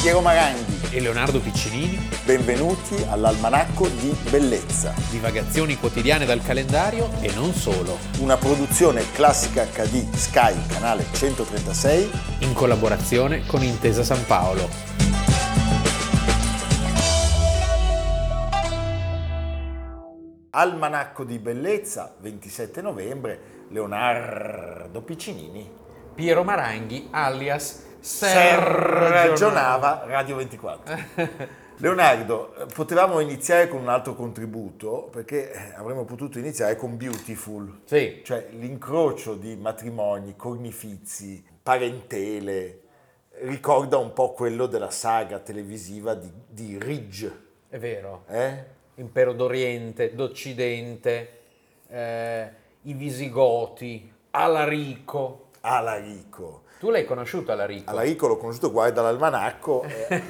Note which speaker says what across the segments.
Speaker 1: Piero Maranghi.
Speaker 2: e Leonardo Piccinini,
Speaker 1: Benvenuti all'Almanacco di Bellezza,
Speaker 2: divagazioni quotidiane dal calendario e non solo,
Speaker 1: una produzione classica HD Sky, canale 136.
Speaker 2: in collaborazione con Intesa San Paolo.
Speaker 1: Almanacco di Bellezza, 27 novembre, Leonardo Piccinini.
Speaker 2: Piero Maranghi, alias
Speaker 1: Ser
Speaker 2: Serragionale.
Speaker 1: ragionava Radio 24. Leonardo, eh, potevamo iniziare con un altro contributo perché eh, avremmo potuto iniziare con Beautiful,
Speaker 2: Sì,
Speaker 1: cioè l'incrocio di matrimoni, cornifizi, parentele, ricorda un po' quello della saga televisiva di, di Ridge.
Speaker 2: è vero.
Speaker 1: eh?
Speaker 2: Impero d'Oriente, d'Occidente, eh, i Visigoti, Alarico.
Speaker 1: Alarico.
Speaker 2: Tu l'hai conosciuto Alarico?
Speaker 1: Alarico l'ho conosciuto guai dall'almanacco, eh,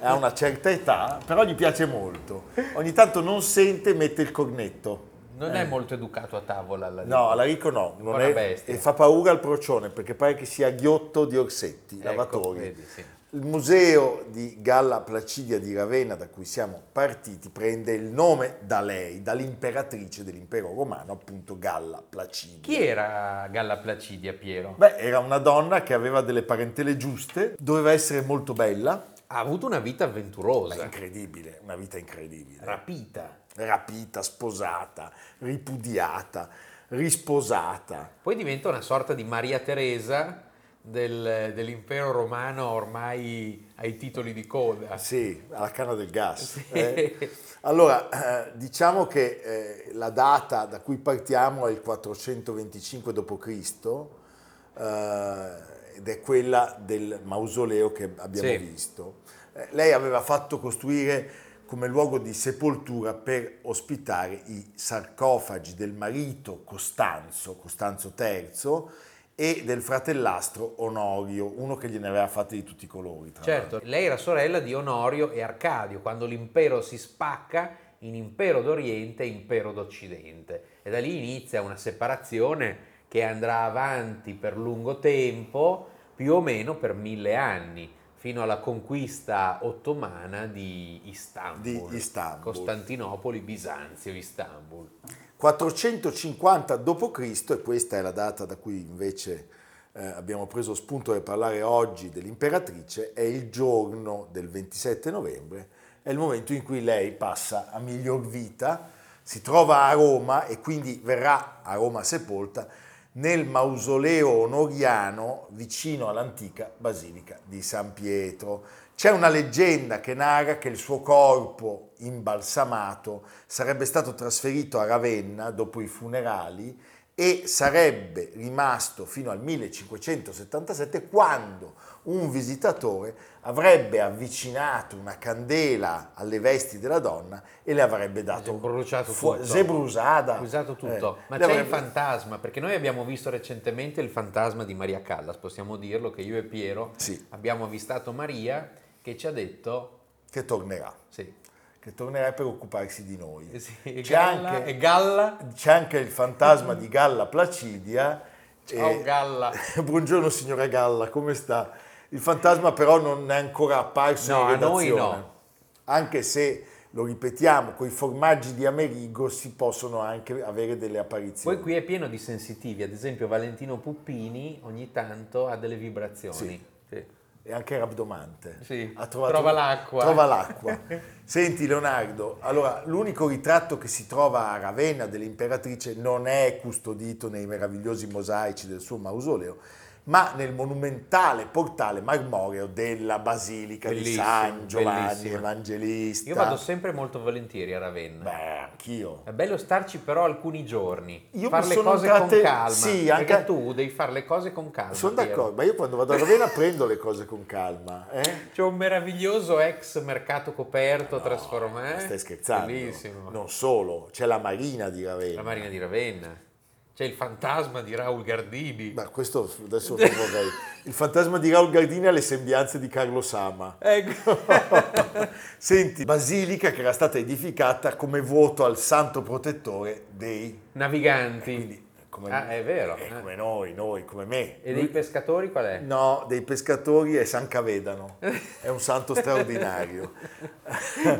Speaker 1: ha una certa età, però gli piace molto. Ogni tanto non sente, mette il cornetto.
Speaker 2: Non è molto educato a tavola Alarico.
Speaker 1: No, Alarico no, non
Speaker 2: Buona
Speaker 1: è,
Speaker 2: bestia.
Speaker 1: e fa paura al procione perché pare che sia ghiotto di orsetti,
Speaker 2: Ecco,
Speaker 1: lavatori.
Speaker 2: vedi, sì.
Speaker 1: Il museo di Galla Placidia di Ravenna, da cui siamo partiti, prende il nome da lei, dall'imperatrice dell'impero romano, appunto Galla Placidia.
Speaker 2: Chi era Galla Placidia, Piero?
Speaker 1: Beh, era una donna che aveva delle parentele giuste, doveva essere molto bella,
Speaker 2: Ha avuto una vita avventurosa,
Speaker 1: incredibile, una vita incredibile.
Speaker 2: rapita.
Speaker 1: Rapita, sposata, ripudiata, risposata.
Speaker 2: Poi diventa una sorta di Maria Teresa del- dell'impero romano ormai ai titoli di coda.
Speaker 1: Ah, Sì, alla canna del gas.
Speaker 2: Sì.
Speaker 1: eh. Allora, eh, diciamo che eh, la data da cui partiamo è il 425 d.C. eh, ed è quella del mausoleo che abbiamo
Speaker 2: Sì.
Speaker 1: visto. Eh, lei aveva fatto costruire come luogo di sepoltura per ospitare i sarcofagi del marito Costanzo, Costanzo III, e del fratellastro Onorio, uno che gliene aveva fatti di tutti i colori. tra l'altro.
Speaker 2: Certo, lei era sorella di Onorio e Arcadio, quando l'impero si spacca in impero d'Oriente e impero d'Occidente. E da lì inizia una separazione che andrà avanti per lungo tempo, più o meno per mille anni, fino alla conquista ottomana di Istanbul.
Speaker 1: Di Istanbul.
Speaker 2: Costantinopoli, Bisanzio, Istanbul.
Speaker 1: 450 d.C., e questa è la data da cui invece eh, abbiamo preso spunto per parlare oggi dell'imperatrice, è il giorno del 27 novembre, è il momento in cui lei passa a miglior vita, si trova a Roma e quindi verrà a Roma sepolta nel mausoleo onoriano vicino all'antica basilica di San Pietro. C'è una leggenda che narra che il suo corpo imbalsamato sarebbe stato trasferito a Ravenna dopo i funerali e sarebbe rimasto fino al 1577 quando un visitatore avrebbe avvicinato una candela alle vesti della donna e le avrebbe dato
Speaker 2: Sbruciato tutto.
Speaker 1: zebrusada.
Speaker 2: Usato tutto,
Speaker 1: Eh,
Speaker 2: ma
Speaker 1: le
Speaker 2: c'è il
Speaker 1: avrebbe-
Speaker 2: fantasma, perché noi abbiamo visto recentemente il fantasma di Maria Callas, possiamo dirlo che io e Piero
Speaker 1: Sì,
Speaker 2: abbiamo avvistato Maria che ci ha detto
Speaker 1: che tornerà,
Speaker 2: sì,
Speaker 1: che tornerà per occuparsi di noi.
Speaker 2: Eh sì, e
Speaker 1: C'è
Speaker 2: Galla,
Speaker 1: anche-
Speaker 2: e Galla,
Speaker 1: C'è anche il fantasma di Galla Placidia.
Speaker 2: ciao
Speaker 1: eh,
Speaker 2: Galla.
Speaker 1: Buongiorno signora Galla, come sta? Il fantasma però non è ancora apparso
Speaker 2: No,
Speaker 1: in
Speaker 2: a noi
Speaker 1: redazione.
Speaker 2: no.
Speaker 1: Anche se, lo ripetiamo, con i formaggi di Amerigo si possono anche avere delle apparizioni.
Speaker 2: Poi qui è pieno di sensitivi, ad esempio Valentino Puppini ogni tanto ha delle vibrazioni.
Speaker 1: Sì.
Speaker 2: Sì.
Speaker 1: È anche rabdomante.
Speaker 2: Sì,
Speaker 1: Ha trovato-
Speaker 2: trova l'acqua.
Speaker 1: Trova l'acqua. Senti Leonardo, allora l'unico ritratto che si trova a Ravenna dell'imperatrice non è custodito nei meravigliosi mosaici del suo mausoleo, ma nel monumentale portale marmoreo della Basilica di
Speaker 2: Bellissimo,
Speaker 1: San Giovanni
Speaker 2: bellissimo.
Speaker 1: Evangelista.
Speaker 2: Io vado sempre molto volentieri a Ravenna.
Speaker 1: Beh, anch'io.
Speaker 2: È bello starci però alcuni giorni,
Speaker 1: Io
Speaker 2: fare
Speaker 1: mi
Speaker 2: le
Speaker 1: sono
Speaker 2: cose
Speaker 1: intratte-
Speaker 2: con calma,
Speaker 1: sì,
Speaker 2: perché
Speaker 1: anche-
Speaker 2: tu devi fare le cose con calma.
Speaker 1: Sono
Speaker 2: Piero.
Speaker 1: d'accordo, ma io quando vado a Ravenna prendo le cose con calma. eh?
Speaker 2: C'è un meraviglioso ex mercato coperto
Speaker 1: No,
Speaker 2: trasformato.
Speaker 1: Stai scherzando?
Speaker 2: eh?
Speaker 1: eh.
Speaker 2: Bellissimo.
Speaker 1: Non solo, c'è la Marina di Ravenna.
Speaker 2: La Marina di Ravenna. C'è il fantasma di Raul Gardini.
Speaker 1: Ma questo adesso lo vorrei. Il fantasma di Raul Gardini ha le sembianze di Carlo Sama.
Speaker 2: Ecco.
Speaker 1: Senti, basilica che era stata edificata come vuoto al santo protettore dei
Speaker 2: Naviganti.
Speaker 1: quindi come,
Speaker 2: Ah, è vero,
Speaker 1: eh,
Speaker 2: eh.
Speaker 1: come noi, noi, come me.
Speaker 2: E dei pescatori qual è?
Speaker 1: No, dei pescatori è San Cavedano, è un santo straordinario.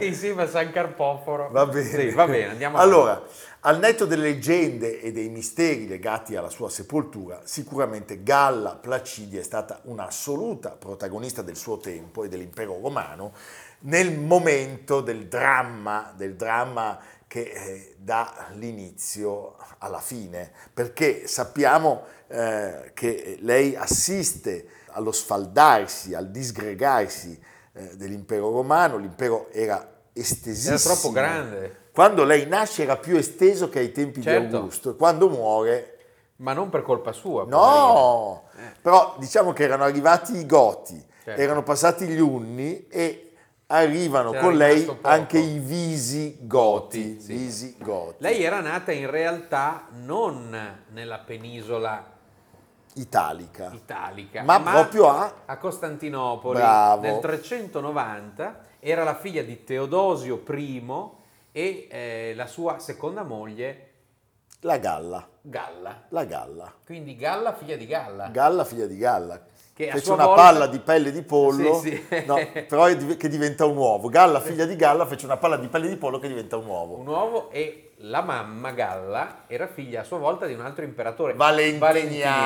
Speaker 2: Insieme a San Carpoforo.
Speaker 1: Va bene.
Speaker 2: Sì, va bene, andiamo
Speaker 1: Allora, al netto delle leggende e dei misteri legati alla sua sepoltura, sicuramente Galla Placidia è stata un'assoluta protagonista del suo tempo e dell'impero romano nel momento del dramma, del dramma che eh, dà l'inizio alla fine, perché sappiamo eh, che lei assiste allo sfaldarsi, al disgregarsi eh, dell'impero romano, l'impero era estesissimo.
Speaker 2: Era troppo grande,
Speaker 1: Quando lei nasce era più esteso che ai tempi di
Speaker 2: Certo.
Speaker 1: Augusto, e quando muore
Speaker 2: ma non per colpa sua. poverino.
Speaker 1: No, però diciamo che erano arrivati i Goti,
Speaker 2: Eh. Certo.
Speaker 1: erano passati gli Unni e arrivano
Speaker 2: C'era
Speaker 1: con lei
Speaker 2: rimasto poco.
Speaker 1: anche i Visigoti.
Speaker 2: Goti, sì.
Speaker 1: Visigoti.
Speaker 2: Lei era nata in realtà non nella penisola
Speaker 1: Italica.
Speaker 2: italica,
Speaker 1: Ma proprio a-
Speaker 2: Costantinopoli
Speaker 1: Bravo.
Speaker 2: nel 390. Era la figlia di Teodosio I e eh, la sua seconda moglie
Speaker 1: La Galla,
Speaker 2: Galla.
Speaker 1: la Galla.
Speaker 2: Quindi Galla, figlia di Galla.
Speaker 1: Galla, figlia di Galla.
Speaker 2: Che a
Speaker 1: fece
Speaker 2: sua
Speaker 1: una
Speaker 2: volta-
Speaker 1: palla di pelle di pollo,
Speaker 2: Sì, sì.
Speaker 1: no, però è div- che diventa un uovo. Galla, figlia di Galla, fece una palla di pelle di pollo che diventa un uovo.
Speaker 2: un uovo e la mamma Galla era figlia a sua volta di un altro imperatore
Speaker 1: Valentiniano.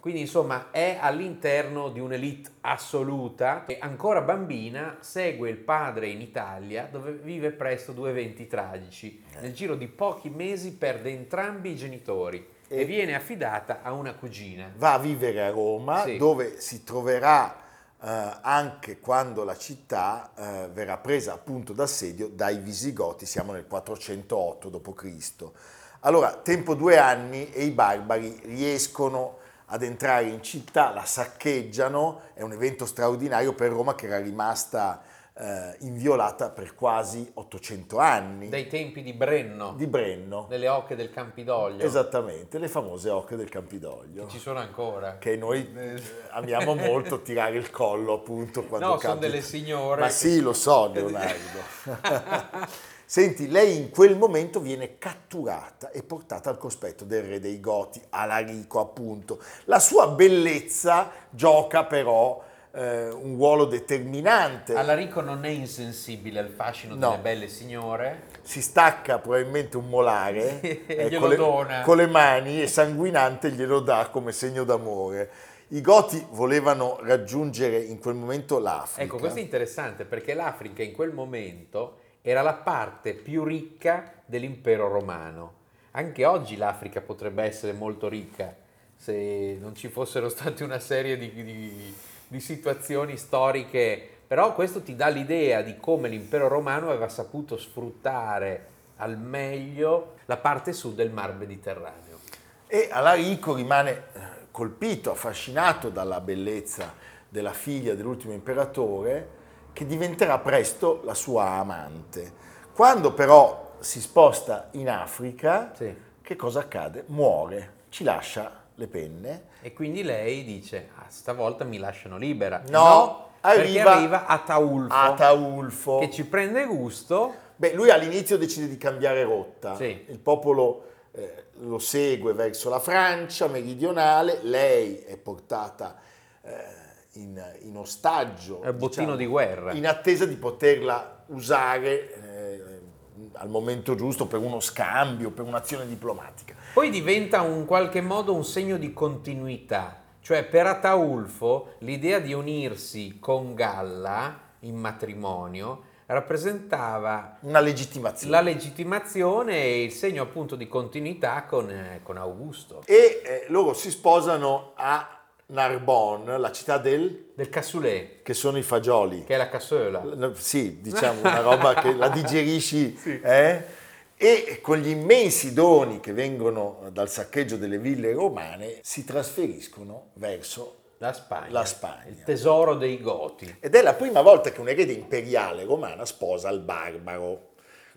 Speaker 2: Quindi insomma è all'interno di un'elite assoluta e ancora bambina segue il padre in Italia dove vive presto due eventi tragici.
Speaker 1: Eh.
Speaker 2: Nel giro di pochi mesi perde entrambi i genitori e,
Speaker 1: E-
Speaker 2: viene affidata a una cugina.
Speaker 1: va a vivere a Roma
Speaker 2: Sì.
Speaker 1: dove si troverà eh, anche quando la città eh, verrà presa appunto d'assedio dai Visigoti, siamo nel 408 d.C. Allora, tempo due anni e i barbari riescono ad entrare in città, la saccheggiano, è un evento straordinario per Roma che era rimasta eh, inviolata per quasi 800 anni
Speaker 2: Dai tempi di Brenno,
Speaker 1: di Esatto. Brenno.
Speaker 2: delle oche del Campidoglio,
Speaker 1: Esattamente, le famose ocche del Campidoglio
Speaker 2: che ci sono ancora.
Speaker 1: che noi eh, amiamo molto tirare il collo appunto quando
Speaker 2: No, sono
Speaker 1: capita.
Speaker 2: delle signore.
Speaker 1: Ma
Speaker 2: che-
Speaker 1: sì, lo so Leonardo. Senti, lei in quel momento viene catturata e portata al cospetto del re dei Goti, Alarico appunto. La sua bellezza gioca però eh, un ruolo determinante.
Speaker 2: Alarico non è insensibile al fascino
Speaker 1: No.
Speaker 2: delle belle signore.
Speaker 1: si stacca probabilmente un molare
Speaker 2: Sì,
Speaker 1: eh,
Speaker 2: glielo
Speaker 1: con, le,
Speaker 2: dona.
Speaker 1: con le mani e sanguinante glielo dà come segno d'amore. I Goti volevano raggiungere in quel momento l'Africa.
Speaker 2: Ecco, questo è interessante perché l'Africa in quel momento era la parte più ricca dell'impero romano. Anche oggi l'Africa potrebbe essere molto ricca se non ci fossero state una serie di, di- di situazioni storiche. Però questo ti dà l'idea di come l'impero romano aveva saputo sfruttare al meglio la parte sud del Mar Mediterraneo.
Speaker 1: E Alarico rimane eh, colpito, affascinato dalla bellezza della figlia dell'ultimo imperatore, che diventerà presto la sua amante. Quando però si sposta in Africa,
Speaker 2: Sì.
Speaker 1: che cosa accade? Muore, ci lascia le penne.
Speaker 2: E quindi lei dice, ah, stavolta mi lasciano libera.
Speaker 1: No,
Speaker 2: perché
Speaker 1: arriva
Speaker 2: arriva Ataulfo,
Speaker 1: Ataulfo.
Speaker 2: che ci prende gusto.
Speaker 1: Beh, lui all'inizio decide di cambiare rotta,
Speaker 2: Sì.
Speaker 1: il popolo eh, lo segue verso la Francia meridionale, lei è portata eh, in, in ostaggio, diciamo,
Speaker 2: È un bottino di guerra.
Speaker 1: in attesa di poterla usare eh, al momento giusto per uno scambio, per un'azione diplomatica.
Speaker 2: Poi diventa in qualche modo un segno di continuità. Cioè per Ataulfo l'idea di unirsi con Galla in matrimonio rappresentava
Speaker 1: Una legittimazione.
Speaker 2: la legittimazione e il segno appunto di continuità con, eh, con Augusto.
Speaker 1: E eh, loro si sposano a Narbonne, la città del...
Speaker 2: Del Cassulè,
Speaker 1: che sono i fagioli.
Speaker 2: che è la cassola.
Speaker 1: No, Sì, diciamo una roba che la digerisci
Speaker 2: Sì.
Speaker 1: eh? e con gli immensi doni che vengono dal saccheggio delle ville romane si trasferiscono verso...
Speaker 2: La Spagna.
Speaker 1: La Spagna.
Speaker 2: Il tesoro dei Goti.
Speaker 1: Ed è la prima volta che un erede imperiale romana sposa il barbaro.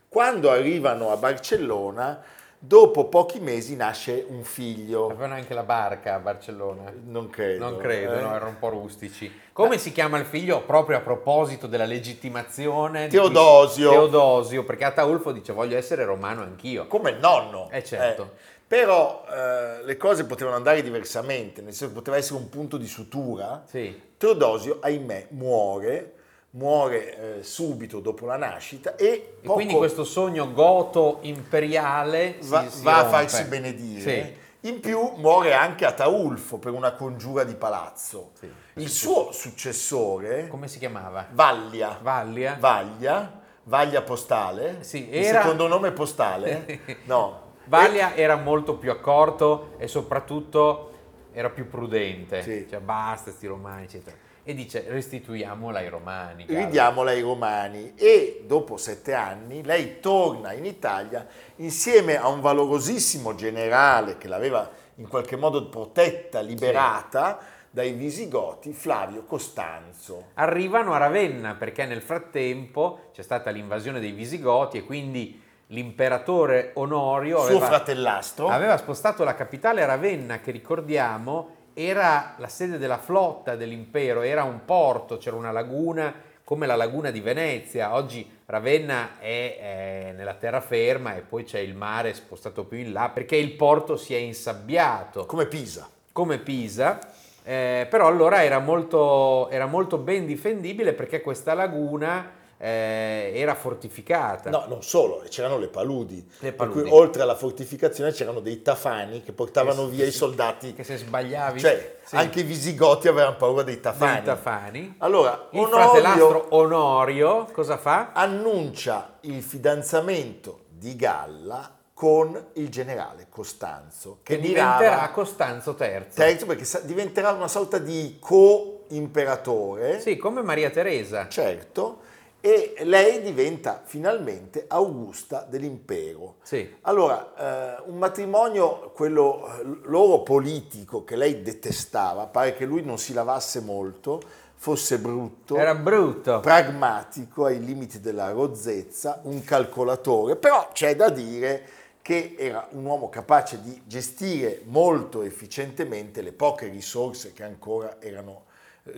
Speaker 1: Quando arrivano a Barcellona, dopo pochi mesi nasce un figlio.
Speaker 2: Avevano anche la barca a Barcellona.
Speaker 1: Non credo.
Speaker 2: Non credo,
Speaker 1: eh.
Speaker 2: no, erano un po' rustici. Come si chiama il figlio proprio a proposito della legittimazione? di
Speaker 1: Teodosio.
Speaker 2: cui- Teodosio, perché Ataulfo dice voglio essere romano anch'io.
Speaker 1: Come il nonno.
Speaker 2: Eh certo.
Speaker 1: Eh. Però eh, le cose potevano andare diversamente, nel senso che poteva essere un punto di sutura.
Speaker 2: Sì.
Speaker 1: Teodosio, ahimè, muore, muore eh, subito dopo la nascita e,
Speaker 2: E quindi
Speaker 1: poco
Speaker 2: questo sogno goto imperiale si-
Speaker 1: va,
Speaker 2: si
Speaker 1: va a
Speaker 2: rompe.
Speaker 1: farsi benedire. In più muore anche Ataulfo per una congiura di palazzo.
Speaker 2: Sì.
Speaker 1: Il suo successore,
Speaker 2: Come si chiamava?
Speaker 1: Vallia,
Speaker 2: Vallia?
Speaker 1: Vaglia, Vaglia Postale,
Speaker 2: Sì,
Speaker 1: il
Speaker 2: era-
Speaker 1: secondo nome è Postale, no.
Speaker 2: Valia era molto più accorto e soprattutto era più prudente.
Speaker 1: Sì.
Speaker 2: Cioè basta sti romani, eccetera. E dice restituiamola ai romani. Gallo.
Speaker 1: ridiamola ai romani e dopo sette anni lei torna in Italia insieme a un valorosissimo generale che l'aveva in qualche modo protetta, liberata dai visigoti, Flavio Costanzo.
Speaker 2: Arrivano a Ravenna perché nel frattempo c'è stata l'invasione dei Visigoti e quindi l'imperatore Onorio
Speaker 1: suo
Speaker 2: aveva,
Speaker 1: fratellastro,
Speaker 2: aveva spostato la capitale a Ravenna che ricordiamo era la sede della flotta dell'impero, era un porto, c'era una laguna come la laguna di Venezia. Oggi Ravenna è eh, nella terraferma e poi c'è il mare spostato più in là perché il porto si è insabbiato
Speaker 1: come Pisa.
Speaker 2: come Pisa, eh, però allora era molto, era molto ben difendibile perché questa laguna eh, era fortificata.
Speaker 1: No, non solo, c'erano le paludi.
Speaker 2: Le
Speaker 1: Per cui,
Speaker 2: paludi.
Speaker 1: oltre alla fortificazione c'erano dei tafani che portavano
Speaker 2: Che se-
Speaker 1: via i soldati.
Speaker 2: Che se sbagliavi...
Speaker 1: Cioè,
Speaker 2: sì,
Speaker 1: anche i visigoti avevano paura dei
Speaker 2: dei
Speaker 1: tafani.
Speaker 2: Tafani.
Speaker 1: Allora,
Speaker 2: Il
Speaker 1: Onorio-
Speaker 2: fratellastro Onorio cosa fa?
Speaker 1: annuncia il fidanzamento di Galla con il generale Costanzo, che,
Speaker 2: Che
Speaker 1: mirava-
Speaker 2: diventerà Costanzo III.
Speaker 1: terzo perché sa- diventerà una sorta di co-imperatore,
Speaker 2: Sì, come Maria Teresa.
Speaker 1: certo, e lei diventa finalmente Augusta dell'impero.
Speaker 2: Sì,
Speaker 1: Allora, eh, un matrimonio, quello eh, loro politico, che lei detestava, pare che lui non si lavasse molto, fosse brutto
Speaker 2: era brutto.
Speaker 1: pragmatico ai limiti della rozzezza, un calcolatore, però c'è da dire che era un uomo capace di gestire molto efficientemente le poche risorse che ancora erano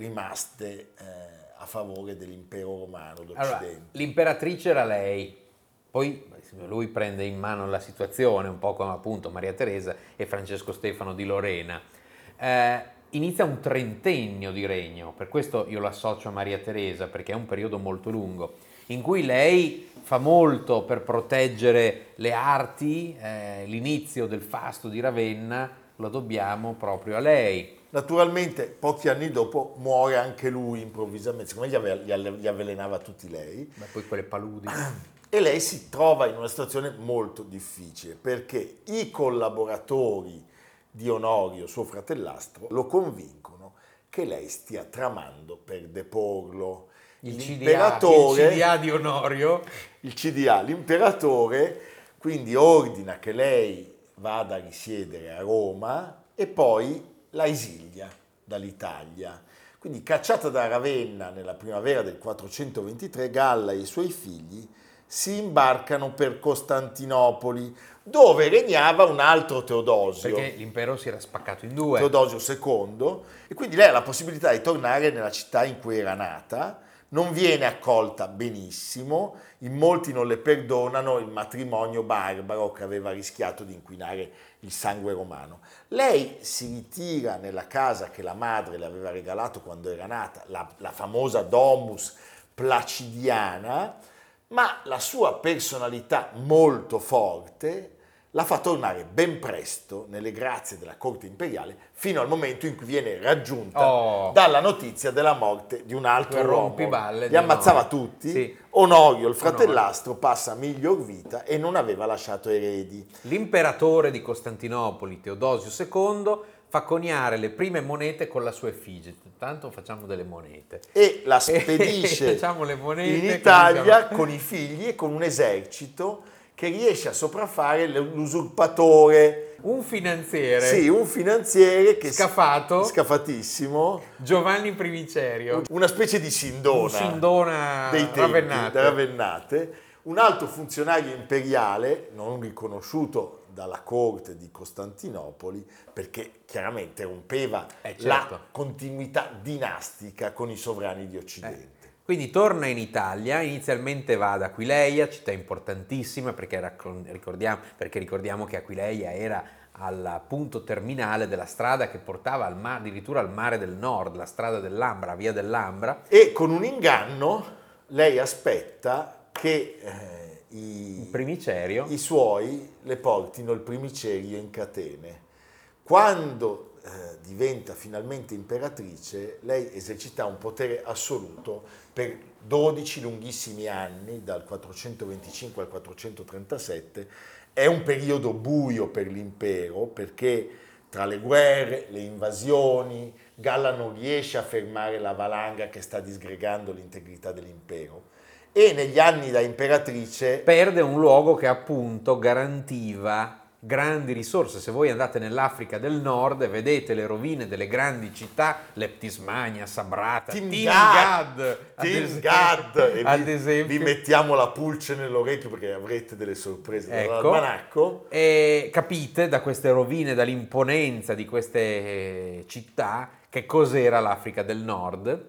Speaker 1: rimaste eh, a favore dell'impero romano
Speaker 2: Allora,
Speaker 1: d'Occidente.
Speaker 2: l'imperatrice era lei, poi lui prende in mano la situazione, un po' come appunto Maria Teresa e Francesco Stefano di Lorena. Eh, inizia un trentennio di regno, per questo io lo associo a Maria Teresa, perché è un periodo molto lungo, in cui lei fa molto per proteggere le arti, eh, l'inizio del fasto di Ravenna lo dobbiamo proprio a lei.
Speaker 1: Naturalmente, pochi anni dopo muore anche lui improvvisamente, siccome gli, ave- gli alle- gli avvelenava tutti lei,
Speaker 2: Ma poi quelle paludi.
Speaker 1: e lei si trova in una situazione molto difficile perché i collaboratori di Onorio, suo fratellastro, lo convincono che lei stia tramando per deporlo.
Speaker 2: Il CDA, il
Speaker 1: L'imperatore-
Speaker 2: CDA di Onorio.
Speaker 1: il CDA, l'imperatore, quindi ordina che lei vada a risiedere a Roma e poi la esilia dall'Italia. Quindi cacciata da Ravenna nella primavera del 423, Galla e i suoi figli si imbarcano per Costantinopoli, dove regnava un altro Teodosio.
Speaker 2: Perché l'impero si era spaccato in due.
Speaker 1: Teodosio II, e quindi lei ha la possibilità di tornare nella città in cui era nata, non viene accolta benissimo, in molti non le perdonano il matrimonio barbaro che aveva rischiato di inquinare il sangue romano. Lei si ritira nella casa che la madre le aveva regalato quando era nata, la, la famosa Domus Placidiana, ma la sua personalità molto forte la fa tornare ben presto nelle grazie della corte imperiale fino al momento in cui viene raggiunta
Speaker 2: Oh,
Speaker 1: dalla notizia della morte di un altro
Speaker 2: Quel
Speaker 1: uomo.
Speaker 2: rompiballe
Speaker 1: Li
Speaker 2: di Onorio.
Speaker 1: ammazzava tutti.
Speaker 2: Sì.
Speaker 1: Onorio, il fratellastro, passa a miglior vita e non aveva lasciato eredi.
Speaker 2: l'imperatore di Costantinopoli, Teodosio II, fa coniare le prime monete con la sua effigie. Tanto facciamo delle monete.
Speaker 1: E la spedisce
Speaker 2: Facciamo Diciamo le monete,
Speaker 1: in
Speaker 2: come
Speaker 1: Italia
Speaker 2: diciamo.
Speaker 1: con i figli e con un esercito che riesce a sopraffare l- l'usurpatore.
Speaker 2: Un finanziere,
Speaker 1: Sì, un finanziere che...
Speaker 2: Eh. Scafato.
Speaker 1: Scafatissimo.
Speaker 2: Giovanni Primicerio,
Speaker 1: Una specie di sindona.
Speaker 2: un sindona
Speaker 1: dei tempi
Speaker 2: ravennato.
Speaker 1: da Ravennate, un alto funzionario imperiale non riconosciuto dalla corte di Costantinopoli perché chiaramente rompeva
Speaker 2: Eh, certo.
Speaker 1: la continuità dinastica con i sovrani di Occidente.
Speaker 2: Quindi torna in Italia, inizialmente va ad Aquileia, città importantissima perché, raccon- ricordiamo, perché ricordiamo che Aquileia era al punto terminale della strada che portava al ma- addirittura al mare del nord, la strada dell'Ambra, via dell'Ambra.
Speaker 1: E con un inganno lei aspetta che eh,
Speaker 2: Il
Speaker 1: i,
Speaker 2: primicerio.
Speaker 1: i suoi le portino il primicerio in catene. Quando eh, diventa finalmente imperatrice, lei esercita un potere assoluto per 12 lunghissimi anni, dal 425 al 437. È un periodo buio per l'impero perché tra le guerre, le invasioni, Galla non riesce a fermare la valanga che sta disgregando l'integrità dell'impero. E negli anni da imperatrice
Speaker 2: perde un luogo che appunto garantiva grandi risorse. Se voi andate nell'Africa del Nord e vedete le rovine delle grandi città, Leptismania, Sabrata, Timgad, ad
Speaker 1: Team
Speaker 2: esempio-
Speaker 1: Gad, e
Speaker 2: ad
Speaker 1: vi,
Speaker 2: esempio,
Speaker 1: vi mettiamo la pulce nell'orecchio perché avrete delle sorprese
Speaker 2: Ecco.
Speaker 1: dall'almanacco.
Speaker 2: E capite da queste rovine, dall'imponenza di queste eh, città, che cos'era l'Africa del Nord.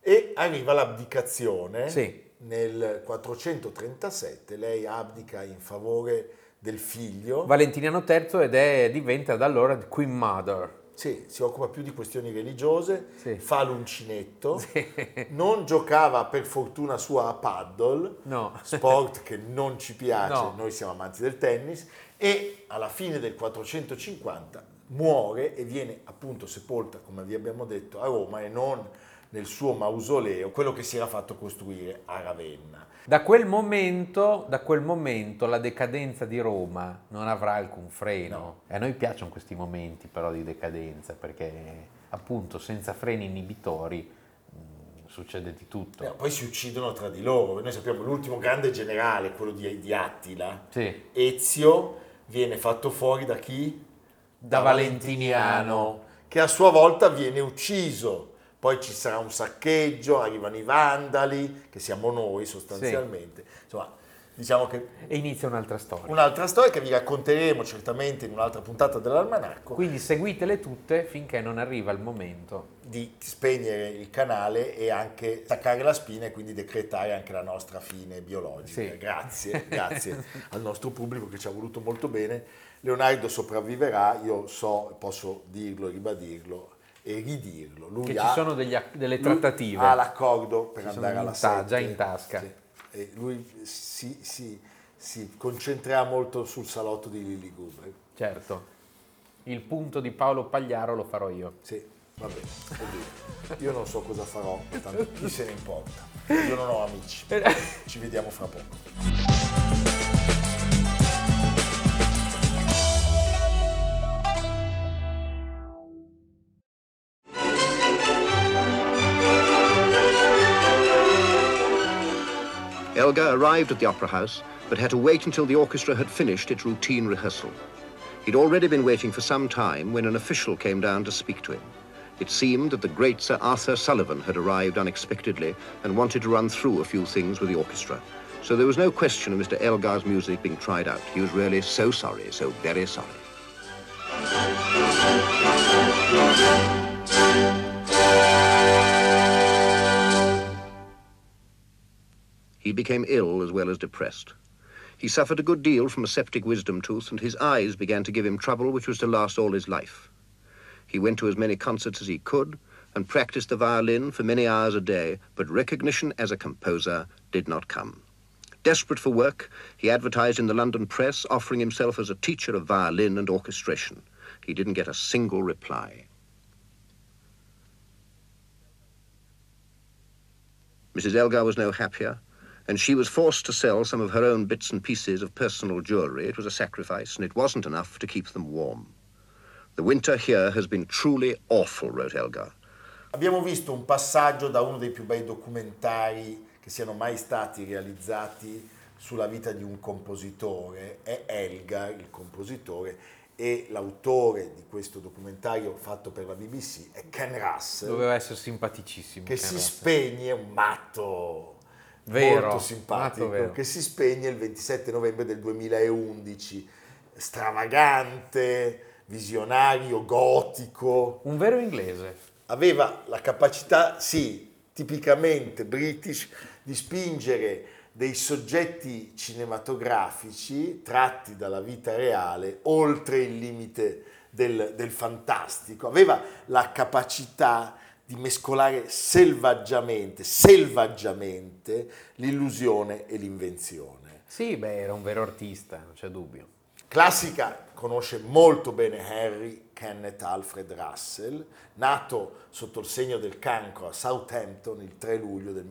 Speaker 1: E arriva l'abdicazione
Speaker 2: Sì.
Speaker 1: nel 437, lei abdica in favore del figlio,
Speaker 2: Valentiniano III ed è, diventa da allora Queen Mother.
Speaker 1: Sì, si occupa più di questioni religiose,
Speaker 2: Sì.
Speaker 1: fa l'uncinetto,
Speaker 2: Sì.
Speaker 1: non giocava per fortuna sua a paddle,
Speaker 2: No.
Speaker 1: sport che non ci piace,
Speaker 2: No.
Speaker 1: noi siamo amanti del tennis, e alla fine del 450 muore e viene appunto sepolta, come vi abbiamo detto, a Roma e non nel suo mausoleo, quello che si era fatto costruire a Ravenna.
Speaker 2: Da quel, momento, da quel momento la decadenza di Roma non avrà alcun freno.
Speaker 1: No.
Speaker 2: E a noi piacciono questi momenti però di decadenza perché appunto senza freni inibitori mh, succede di tutto.
Speaker 1: Eh, Poi si uccidono tra di loro, noi sappiamo l'ultimo grande generale, quello di, di Attila,
Speaker 2: Sì,
Speaker 1: Ezio viene fatto fuori da chi?
Speaker 2: da Valentiniano.
Speaker 1: che a sua volta viene ucciso. Poi ci sarà un saccheggio, arrivano i vandali, che siamo noi sostanzialmente. Insomma, diciamo che
Speaker 2: E inizia un'altra storia.
Speaker 1: un'altra storia che vi racconteremo certamente in un'altra puntata dell'almanacco,
Speaker 2: Quindi seguitele tutte finché non arriva il momento.
Speaker 1: di spegnere il canale e anche staccare la spina e quindi decretare anche la nostra fine biologica.
Speaker 2: Sì.
Speaker 1: Grazie, grazie al nostro pubblico che ci ha voluto molto bene. Leonardo sopravviverà, io so, posso dirlo, ribadirlo e ridirlo. Lui
Speaker 2: Che
Speaker 1: ha-
Speaker 2: ci sono degli ac- delle
Speaker 1: Lui
Speaker 2: trattative.
Speaker 1: Ha l'accordo per
Speaker 2: Ci sono
Speaker 1: andare
Speaker 2: in
Speaker 1: alla
Speaker 2: ta-
Speaker 1: sette.
Speaker 2: già in tasca.
Speaker 1: Sì. E lui si, si- si concentrerà molto sul salotto di Lilly Guber.
Speaker 2: Certo. Il punto di Paolo Pagliaro lo farò io.
Speaker 1: Sì, va bene. oddio. Io non so cosa farò, tanto chi se ne importa. Io non ho amici. Ci vediamo fra poco.
Speaker 3: Elgar arrived at the Opera House, but had to wait until the orchestra had finished its routine rehearsal. He'd already been waiting for some time when an official came down to speak to him. It seemed that the great Sir Arthur Sullivan had arrived unexpectedly and wanted to run through a few things with the orchestra. So there was no question of Mr. Elgar's music being tried out. He was really so sorry, so very sorry. He became ill as well as depressed. He suffered a good deal from a septic wisdom tooth, and his eyes began to give him trouble which was to last all his life. He went to as many concerts as he could and practiced the violin for many hours a day, but recognition as a composer did not come. Desperate for work, he advertised in the London press, offering himself as a teacher of violin and orchestration. He didn't get a single reply. Mrs. Elgar was no happier, and she was forced to sell some of her own bits and pieces of personal jewellery. It was a sacrifice, and it wasn't enough to keep them warm. The winter here has been truly awful, wrote Elgar.
Speaker 1: Abbiamo visto un passaggio da uno dei più bei documentari che siano mai stati realizzati sulla vita di un compositore, è Elgar il compositore e l'autore di questo documentario fatto per la BBC è Ken Russell
Speaker 2: Doveva essere simpaticissimo.
Speaker 1: che
Speaker 2: Ken
Speaker 1: si
Speaker 2: Russell.
Speaker 1: spegne, un matto
Speaker 2: Vero,
Speaker 1: molto
Speaker 2: matto
Speaker 1: simpatico,
Speaker 2: vero.
Speaker 1: che si spegne il 27 novembre del 2011, stravagante, visionario, gotico,
Speaker 2: Un vero inglese.
Speaker 1: aveva la capacità, sì, tipicamente british di spingere dei soggetti cinematografici tratti dalla vita reale oltre il limite del, del fantastico. Aveva la capacità di mescolare selvaggiamente, selvaggiamente l'illusione e l'invenzione.
Speaker 2: Sì, beh, era un vero artista, non c'è dubbio.
Speaker 1: Classica conosce molto bene Harry Kenneth Alfred Russell, nato sotto il segno del cancro a Southampton il 3 luglio del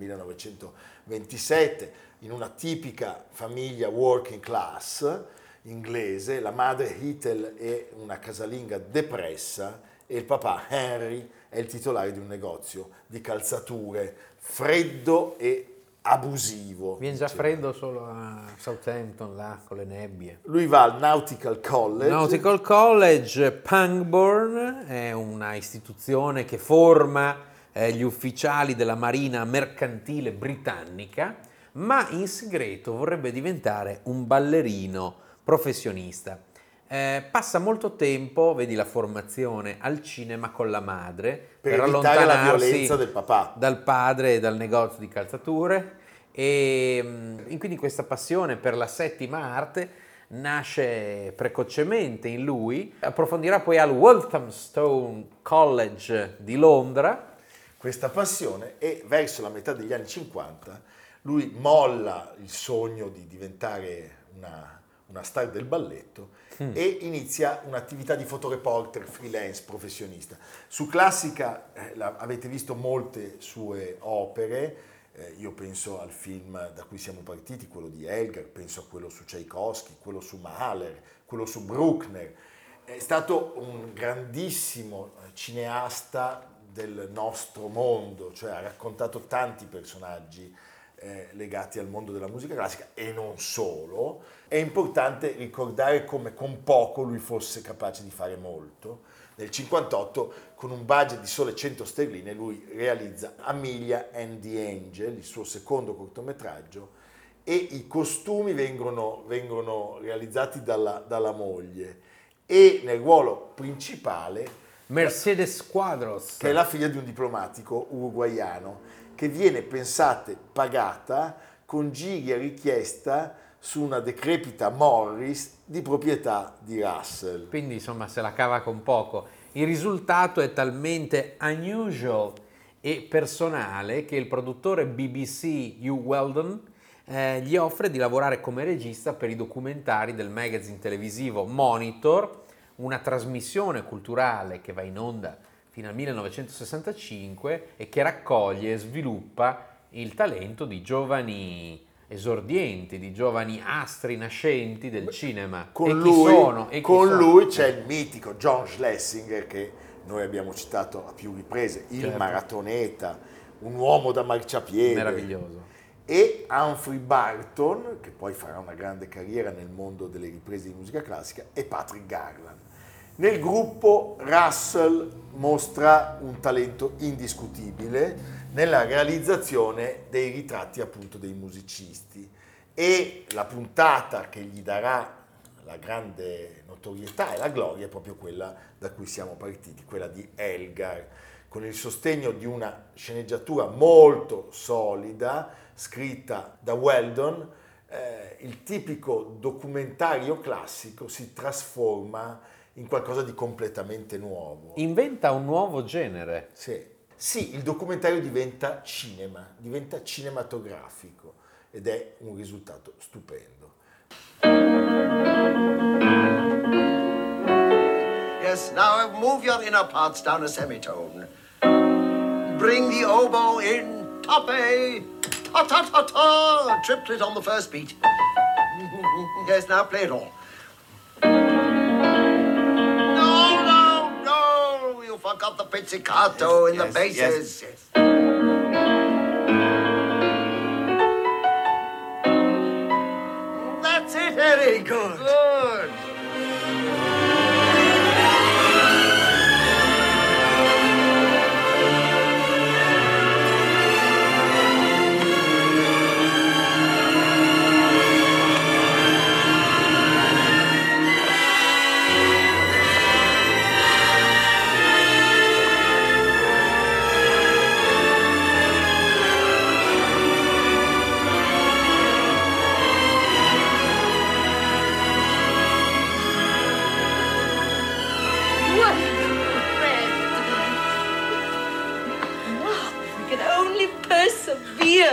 Speaker 1: 1927, in una tipica famiglia working class inglese, la madre Hittel è una casalinga depressa e il papà Henry è il titolare di un negozio di calzature freddo e abusivo.
Speaker 2: Viene già freddo solo a Southampton, là, con le nebbie.
Speaker 1: Lui va al Nautical College.
Speaker 2: Nautical College Pangbourne è una istituzione che forma eh, gli ufficiali della marina mercantile britannica, ma in segreto vorrebbe diventare un ballerino professionista. Eh, passa molto tempo, vedi la formazione, al cinema con la madre
Speaker 1: per, evitare la violenza del papà.
Speaker 2: dal padre e dal negozio di calzature e mh, quindi questa passione per la settima arte nasce precocemente in lui, approfondirà poi al Walthamstow College di Londra.
Speaker 1: Questa passione e verso la metà degli anni 50 lui molla il sogno di diventare una, una star del balletto e inizia un'attività di fotoreporter freelance professionista. Su Classica eh, la- avete visto molte sue opere, eh, io penso al film da cui siamo partiti, quello di Elgar, penso a quello su Tchaikovsky, quello su Mahler, quello su Bruckner. È stato un grandissimo eh, cineasta del nostro mondo, cioè ha raccontato tanti personaggi eh, legati al mondo della musica classica e non solo. È importante ricordare come con poco lui fosse capace di fare molto. Nel 58, con un budget di sole 100 sterline, lui realizza Amelia and the Angel, il suo secondo cortometraggio, e i costumi vengono, vengono realizzati dalla, dalla moglie. E nel ruolo principale
Speaker 2: Mercedes Quadros.
Speaker 1: che è la figlia di un diplomatico uruguaiano, che viene, pensate, pagata con giri e richiesta su una decrepita Morris di proprietà di Russell.
Speaker 2: Quindi insomma se la cava con poco. Il risultato è talmente unusual e personale che il produttore BBC Hugh Weldon eh, gli offre di lavorare come regista per i documentari del magazine televisivo Monitor, una trasmissione culturale che va in onda fino al 1965 e che raccoglie e sviluppa il talento di giovani esordienti, di giovani astri nascenti del cinema. E
Speaker 1: Con,
Speaker 2: chi
Speaker 1: lui,
Speaker 2: sono? E chi
Speaker 1: con
Speaker 2: sono?
Speaker 1: lui c'è il mitico John Schlesinger che noi abbiamo citato a più riprese, il
Speaker 2: Certo.
Speaker 1: maratoneta, un uomo da marciapiede.
Speaker 2: meraviglioso.
Speaker 1: e Humphrey Barton, che poi farà una grande carriera nel mondo delle riprese di musica classica, e Patrick Garland. Nel gruppo Russell mostra un talento indiscutibile nella realizzazione dei ritratti appunto dei musicisti e la puntata che gli darà la grande notorietà e la gloria è proprio quella da cui siamo partiti, quella di Elgar, con il sostegno di una sceneggiatura molto solida, scritta da Weldon, eh, il tipico documentario classico si trasforma in qualcosa di completamente nuovo.
Speaker 2: Inventa un nuovo genere.
Speaker 1: Sì. Sì, il documentario diventa cinema, diventa cinematografico ed è un risultato stupendo.
Speaker 4: Yes, now move your inner parts down a semitone. Bring the oboe in, toppe, ta ta ta ta, triplet on the first beat. yes, now play it all. No, no, no, you forgot the pizzicato in the
Speaker 5: yes,
Speaker 4: basses. That's it, very good. Good.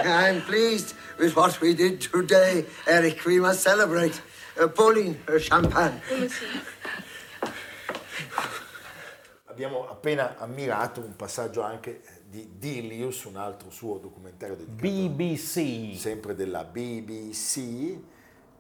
Speaker 4: I'm pleased with what we did today, Eric. We must celebrate. Uh, Pauline, uh, champagne.
Speaker 1: Abbiamo appena ammirato un passaggio anche eh, di Dilius, un altro suo documentario dedicato
Speaker 2: BBC.
Speaker 1: sempre della BBC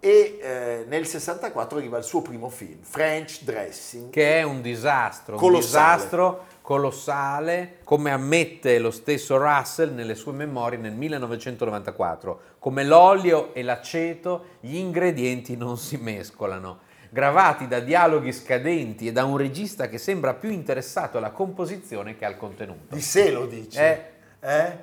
Speaker 1: e eh, nel 64 arriva il suo primo film, French Dressing.
Speaker 2: che è un disastro, un
Speaker 1: Colossale.
Speaker 2: disastro colossale, come ammette lo stesso Russell nelle sue memorie nel 1994. Come l'olio e l'aceto, gli ingredienti non si mescolano. Gravati da dialoghi scadenti e da un regista che sembra più interessato alla composizione che al contenuto.
Speaker 1: Di sé lo dice.
Speaker 2: Eh.
Speaker 1: Eh?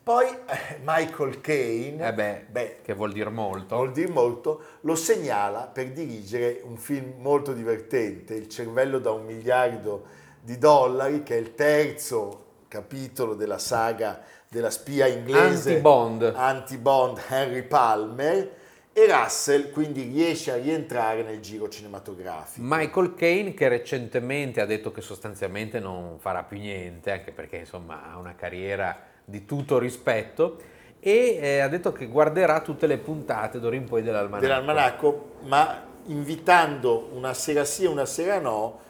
Speaker 1: Poi eh, Michael Caine,
Speaker 2: Eh beh,
Speaker 1: beh,
Speaker 2: che vuol dire molto.
Speaker 1: vuol dire molto, lo segnala per dirigere un film molto divertente, Il cervello da un miliardo di dollari, che è il terzo capitolo della saga della spia inglese
Speaker 2: Anti-Bond.
Speaker 1: anti-Bond Henry Palmer e Russell quindi riesce a rientrare nel giro cinematografico.
Speaker 2: Michael Caine che recentemente ha detto che sostanzialmente non farà più niente, anche perché insomma ha una carriera di tutto rispetto, e eh, ha detto che guarderà tutte le puntate d'ora in poi dell'almanacco.
Speaker 1: dell'almanacco, ma invitando una sera sì e una sera no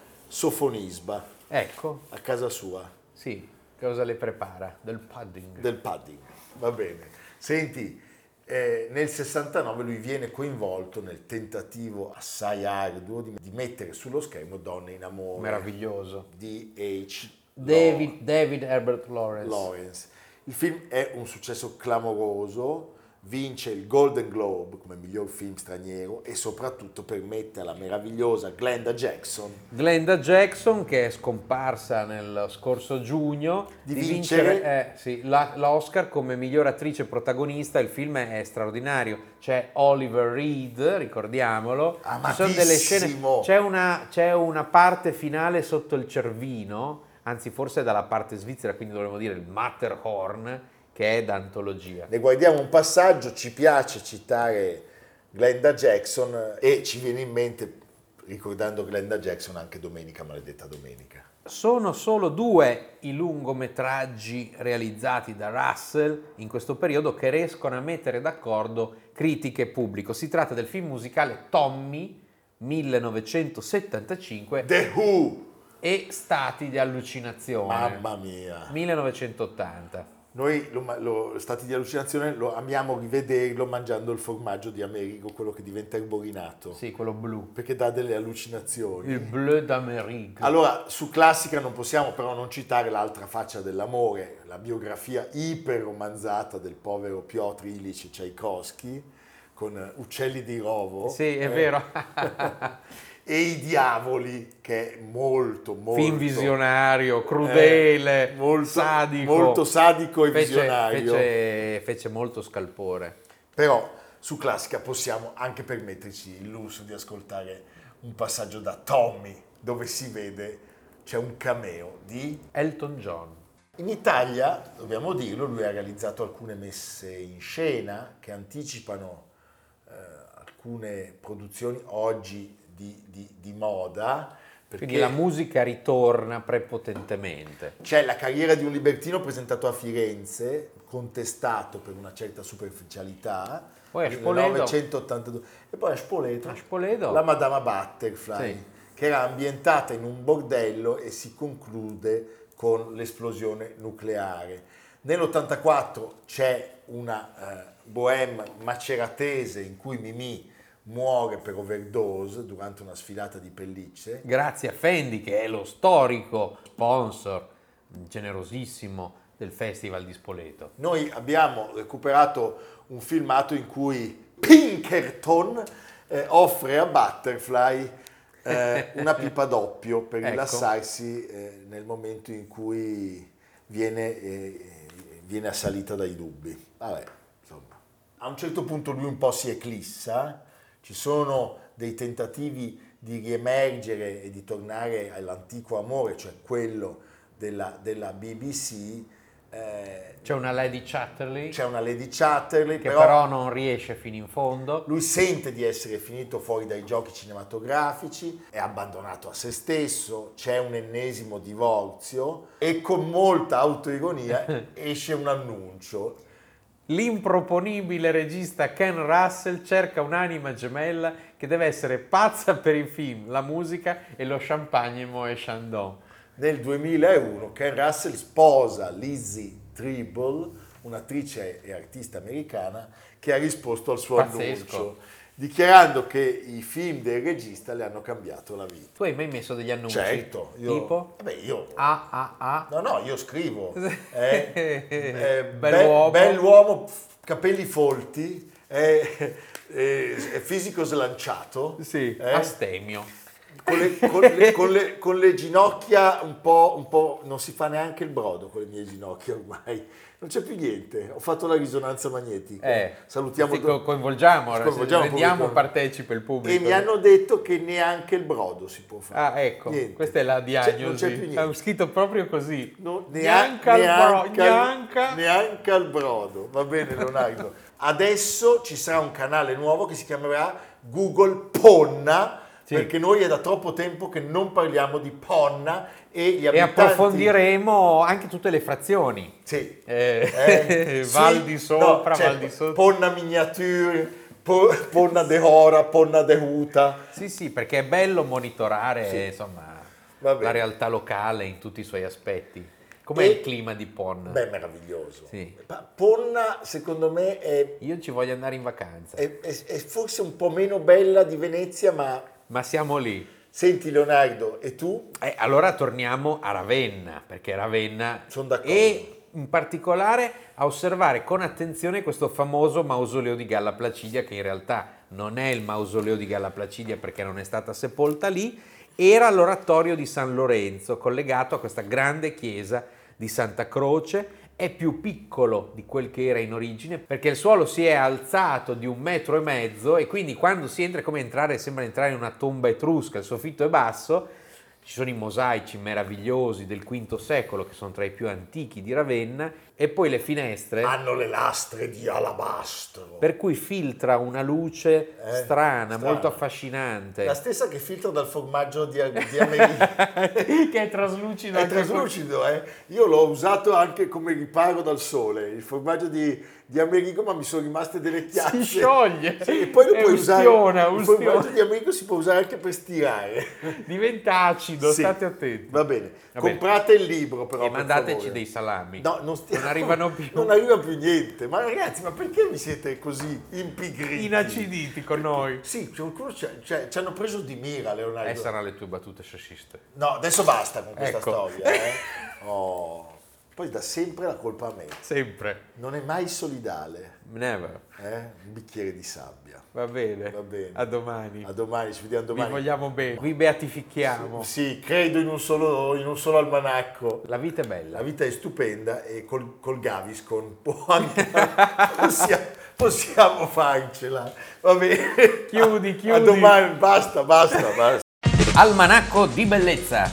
Speaker 1: Sofonisba
Speaker 2: Ecco,
Speaker 1: a casa sua
Speaker 2: sì, cosa le prepara? Del pudding.
Speaker 1: del padding. Va bene. Senti, eh, nel 69 lui viene coinvolto nel tentativo assai arduo di, di mettere sullo schermo Donne in amore
Speaker 2: Meraviglioso.
Speaker 1: di H.
Speaker 2: David, David Herbert Lawrence.
Speaker 1: Lawrence. Il film è un successo clamoroso, vince il Golden Globe come miglior film straniero e soprattutto permette alla meravigliosa Glenda Jackson
Speaker 2: Glenda Jackson, che è scomparsa nel scorso giugno,
Speaker 1: Di vincere.
Speaker 2: eh, sì, la- l'Oscar come miglior attrice protagonista. Il film è straordinario. C'è Oliver Reed, ricordiamolo.
Speaker 1: Amatissimo.
Speaker 2: C'è una, c'è una parte finale sotto il cervino, anzi, forse è dalla parte svizzera, quindi dovremmo dire il Matterhorn, che è d'antologia.
Speaker 1: Ne guardiamo un passaggio, ci piace citare Glenda Jackson e ci viene in mente, ricordando Glenda Jackson, anche Domenica, maledetta domenica.
Speaker 2: Sono solo due i lungometraggi realizzati da Russell in questo periodo che riescono a mettere d'accordo critica e pubblico. Si tratta del film musicale Tommy 1975
Speaker 1: The Who!
Speaker 2: e Stati di allucinazione
Speaker 1: Mamma mia!
Speaker 2: 1980.
Speaker 1: Noi, lo, ma- lo- Stati di allucinazione, lo amiamo rivederlo mangiando il formaggio di Amerigo, quello che diventa erborinato,
Speaker 2: Sì, quello blu.
Speaker 1: perché dà delle allucinazioni.
Speaker 2: Il bleu d'Amérique.
Speaker 1: Allora, su classica non possiamo però non citare l'altra faccia dell'amore, la biografia iperromanzata del povero Piotr Ilyich Tchaikovsky con eh, Uccelli di Rovo.
Speaker 2: Sì, è
Speaker 1: Eh,
Speaker 2: vero.
Speaker 1: e I Diavoli, che è molto, molto...
Speaker 2: Film visionario, crudele,
Speaker 1: eh, molto-
Speaker 2: sadico.
Speaker 1: Molto sadico e
Speaker 2: Fece-
Speaker 1: visionario.
Speaker 2: fece- fece molto scalpore.
Speaker 1: Però su classica possiamo anche permetterci il lusso di ascoltare un passaggio da Tommy, dove si vede c'è un cameo di
Speaker 2: Elton John.
Speaker 1: In Italia, dobbiamo dirlo, lui ha realizzato alcune messe in scena che anticipano eh, alcune produzioni oggi di, di- di moda.
Speaker 2: Quindi la musica ritorna prepotentemente.
Speaker 1: C'è la carriera di un libertino presentato a Firenze, contestato per una certa superficialità.
Speaker 2: Poi a
Speaker 1: nel
Speaker 2: Spoleto.
Speaker 1: 1982. E poi a Spoleto,
Speaker 2: A Spoleto.
Speaker 1: la Madama Butterfly,
Speaker 2: Sì.
Speaker 1: che era ambientata in un bordello e si conclude con l'esplosione nucleare. Nell'84 c'è una eh, bohème maceratese in cui Mimì muore per overdose durante una sfilata di pellicce.
Speaker 2: Grazie a Fendi, che è lo storico sponsor generosissimo del Festival di Spoleto.
Speaker 1: Noi abbiamo recuperato un filmato in cui Pinkerton eh, offre a Butterfly eh, una pipa doppio per
Speaker 2: Ecco.
Speaker 1: rilassarsi eh, nel momento in cui viene, eh, viene assalita dai dubbi. Vabbè, insomma. A un certo punto lui un po' si eclissa, ci sono dei tentativi di riemergere e di tornare all'antico amore, cioè quello della, della BBC. eh,
Speaker 2: C'è una Lady Chatterley
Speaker 1: c'è una Lady Chatterley,
Speaker 2: che
Speaker 1: però,
Speaker 2: però, non riesce fino in fondo.
Speaker 1: lui sente di essere finito fuori dai giochi cinematografici, è abbandonato a se stesso, c'è un ennesimo divorzio e con molta autoironia esce un annuncio
Speaker 2: L'improponibile regista Ken Russell cerca un'anima gemella che deve essere pazza per i film, la musica e lo champagne Moe Chandon.
Speaker 1: Nel 2001 Ken Russell sposa Lizzie Tribble, un'attrice e artista americana, che ha risposto al suo
Speaker 2: Pazzesco.
Speaker 1: annuncio, dichiarando che i film del regista le hanno cambiato la vita.
Speaker 2: Tu hai mai messo degli annunci?
Speaker 1: Certo, io,
Speaker 2: Tipo? Ah,
Speaker 1: eh beh, io
Speaker 2: AAA.
Speaker 1: No, no, io scrivo. Eh, eh, be-
Speaker 2: Bell'uomo.
Speaker 1: bell'uomo, f- capelli folti, eh, eh, eh, fisico slanciato,
Speaker 2: Sì.
Speaker 1: eh,
Speaker 2: Astemio.
Speaker 1: con, le, con le- con le- con le ginocchia un po', un po'... Non si fa neanche il brodo con le mie ginocchia ormai. Non c'è più niente. Ho fatto la risonanza magnetica.
Speaker 2: Eh,
Speaker 1: Salutiamo...
Speaker 2: sì,
Speaker 1: do-
Speaker 2: co- coinvolgiamo,
Speaker 1: coinvolgiamo il
Speaker 2: rendiamo
Speaker 1: pubblico.
Speaker 2: partecipe il pubblico.
Speaker 1: E mi hanno detto che neanche il brodo si può fare.
Speaker 2: Ah, ecco,
Speaker 1: Niente.
Speaker 2: questa è la
Speaker 1: Cioè,
Speaker 2: diagnosi.
Speaker 1: non c'è più niente.
Speaker 2: È scritto proprio così.
Speaker 1: No, neanche,
Speaker 2: neanche al bro-
Speaker 1: neanche al-
Speaker 2: neanche-
Speaker 1: neanche al brodo. Va bene, Leonardo. Adesso ci sarà un canale nuovo che si chiamerà Google Ponna.
Speaker 2: Sì.
Speaker 1: Perché noi è da troppo tempo che non parliamo di Ponna e gli
Speaker 2: E
Speaker 1: abitanti.
Speaker 2: approfondiremo anche tutte le frazioni.
Speaker 1: Sì.
Speaker 2: Eh, Val di Sopra,
Speaker 1: no, cioè,
Speaker 2: Val di Sotto.
Speaker 1: Ponna Miniature, po- Ponna de Hora, Ponna de Huta.
Speaker 2: Sì, sì, perché è bello monitorare insomma,
Speaker 1: Va bene.
Speaker 2: la realtà locale in tutti i suoi aspetti. Com'è
Speaker 1: E-
Speaker 2: il clima di Ponna?
Speaker 1: Beh, meraviglioso.
Speaker 2: Sì.
Speaker 1: Pa- Ponna, secondo me, è
Speaker 2: Io ci voglio andare in vacanza,
Speaker 1: è, è- è forse un po' meno bella di Venezia, ma
Speaker 2: ma siamo lì.
Speaker 1: senti Leonardo, e tu?
Speaker 2: Eh, allora torniamo a Ravenna, perché Ravenna
Speaker 1: Sono d'accordo.
Speaker 2: e in particolare a osservare con attenzione questo famoso mausoleo di Galla Placidia che in realtà non è il mausoleo di Galla Placidia perché non è stata sepolta lì, era l'oratorio di San Lorenzo collegato a questa grande chiesa di Santa Croce, è più piccolo di quel che era in origine perché il suolo si è alzato di un metro e mezzo e quindi quando si entra è come entrare, sembra entrare in una tomba etrusca, il soffitto è basso, ci sono i mosaici meravigliosi del V secolo che sono tra i più antichi di Ravenna e poi le finestre
Speaker 1: Hanno le lastre di alabastro.
Speaker 2: per cui filtra una luce
Speaker 1: Eh,
Speaker 2: strana,
Speaker 1: strana.
Speaker 2: molto affascinante.
Speaker 1: La stessa che filtra dal formaggio di, di Amelie.
Speaker 2: che è traslucido
Speaker 1: È
Speaker 2: anche
Speaker 1: traslucido, eh? Io l'ho usato anche come riparo dal sole, il formaggio di, di Amerigo, ma mi sono rimaste delle chiazze.
Speaker 2: scioglie. Eh,
Speaker 1: Sì, e poi lo
Speaker 2: E
Speaker 1: puoi
Speaker 2: ustiona,
Speaker 1: usare. Il
Speaker 2: ustiona.
Speaker 1: formaggio di Amerigo si può usare anche per stirare.
Speaker 2: con- diventa acido,
Speaker 1: Sì.
Speaker 2: state attenti.
Speaker 1: Va bene.
Speaker 2: Va bene.
Speaker 1: Comprate il libro però.
Speaker 2: e
Speaker 1: per
Speaker 2: mandateci
Speaker 1: favore.
Speaker 2: dei salami.
Speaker 1: No, non, stiamo-
Speaker 2: Non arrivano più.
Speaker 1: Non arriva più niente. Ma ragazzi, ma perché vi siete così impigriti?
Speaker 2: Inaciditi con noi.
Speaker 1: Sì, c'è qualcuno- c'è- c'è- ci hanno preso di mira, Leonardo.
Speaker 2: Eh, saranno le tue battute sciociste.
Speaker 1: No, adesso basta con questa
Speaker 2: Ecco.
Speaker 1: storia. eh. Oh. Poi dà sempre la colpa a me.
Speaker 2: Sempre.
Speaker 1: Non è mai solidale.
Speaker 2: Never.
Speaker 1: eh. Un bicchiere di sabbia.
Speaker 2: Va bene.
Speaker 1: Va bene.
Speaker 2: A domani.
Speaker 1: A domani, ci vediamo
Speaker 2: Vi
Speaker 1: domani.
Speaker 2: vogliamo bene. Vi beatifichiamo.
Speaker 1: Sì, credo in un solo, in un solo almanacco.
Speaker 2: La vita è bella.
Speaker 1: La vita è stupenda e col, col Gaviscon può anche- possiamo, possiamo farcela. Va bene.
Speaker 2: Chiudi,
Speaker 1: A
Speaker 2: chiudi.
Speaker 1: domani, basta, basta, basta.
Speaker 2: Almanacco di bellezza